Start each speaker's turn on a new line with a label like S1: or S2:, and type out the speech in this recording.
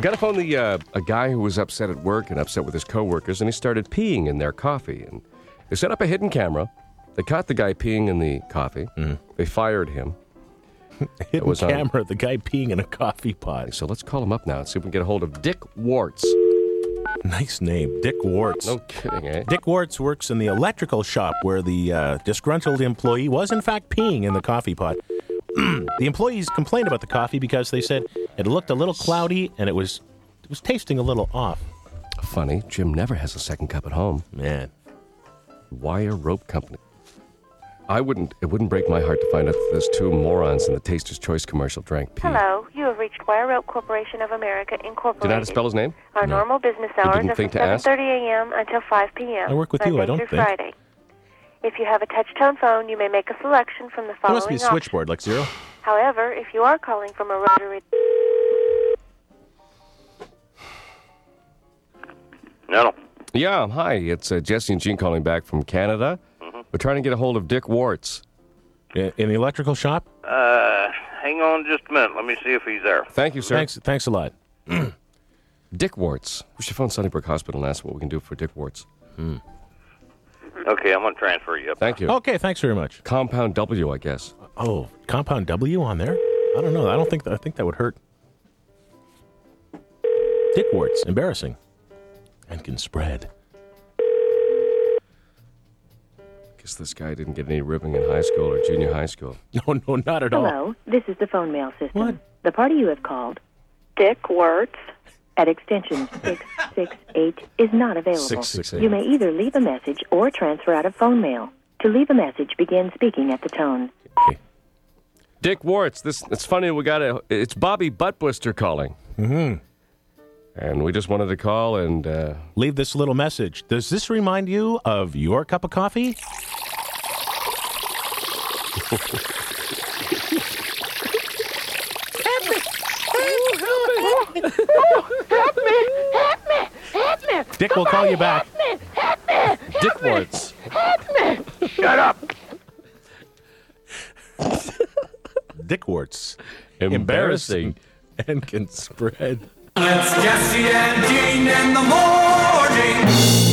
S1: got to phone the uh, a guy who was upset at work and upset with his coworkers, and he started peeing in their coffee. And they set up a hidden camera. They caught the guy peeing in the coffee. They fired him.
S2: Hidden
S1: was on-
S2: camera, the guy peeing in a coffee pot.
S1: So let's call him up now and see if we can get a hold of Dick Warts.
S2: Nice name, Dick Warts.
S1: No kidding, eh?
S2: Dick Warts works in the electrical shop where the uh, disgruntled employee was, in fact, peeing in the coffee pot. the employees complained about the coffee because they said it looked a little cloudy and it was it was tasting a little off.
S1: Funny, Jim never has a second cup at home.
S2: Man,
S1: Wire Rope Company. I wouldn't. It wouldn't break my heart to find out that those two morons in the Taster's Choice commercial drank pee.
S3: Hello, you have reached Wire Rope Corporation of America Incorporated.
S1: Did I spell his name?
S3: Our normal business hours
S1: didn't
S3: are from
S1: think to ask?
S3: 7:30 a.m. until 5 p.m.
S2: I work with you,
S3: Monday
S2: I don't
S3: through
S2: think.
S3: Friday. If you have a touch-tone phone, you may make a selection from the
S2: there
S3: following
S2: must be a
S3: options.
S2: switchboard like zero.
S3: However, if you are calling from a rotary,
S4: No.
S1: Yeah. Hi, it's uh, Jesse and Jean calling back from Canada. We're trying to get a hold of Dick Warts.
S2: In in the electrical shop?
S4: Uh, hang on just a minute. Let me see if he's there.
S1: Thank you, sir.
S2: Thanks, thanks a lot.
S1: Dick Warts. We should phone Sunnybrook Hospital and ask what we can do for Dick Warts.
S4: Okay, I'm gonna transfer you up.
S1: Thank you.
S2: Okay, thanks very much.
S1: Compound W, I guess.
S2: Oh, compound W on there? I don't know. I don't think I think that would hurt. Dick warts, embarrassing, and can spread.
S1: Guess this guy didn't get any ribbing in high school or junior high school.
S2: No, no, not at all.
S5: Hello, this is the phone mail system.
S2: What?
S5: The party you have called
S3: Dick Wirtz.
S5: at extension 668 is not available.
S1: Six six eight.
S5: You may either leave a message or transfer out of phone mail. To leave a message, begin speaking at the tone.
S1: Dick Warts. This it's funny. We got a. It's Bobby Buttblister calling. Mm-hmm. And we just wanted to call and uh,
S2: Leave this little message. Does this remind you of your cup of coffee? Dick will call you back.
S1: Dick Warts.
S4: Shut up.
S2: Dick warts.
S1: Embarrassing.
S2: and can spread.
S6: It's Jesse and Jean in the morning.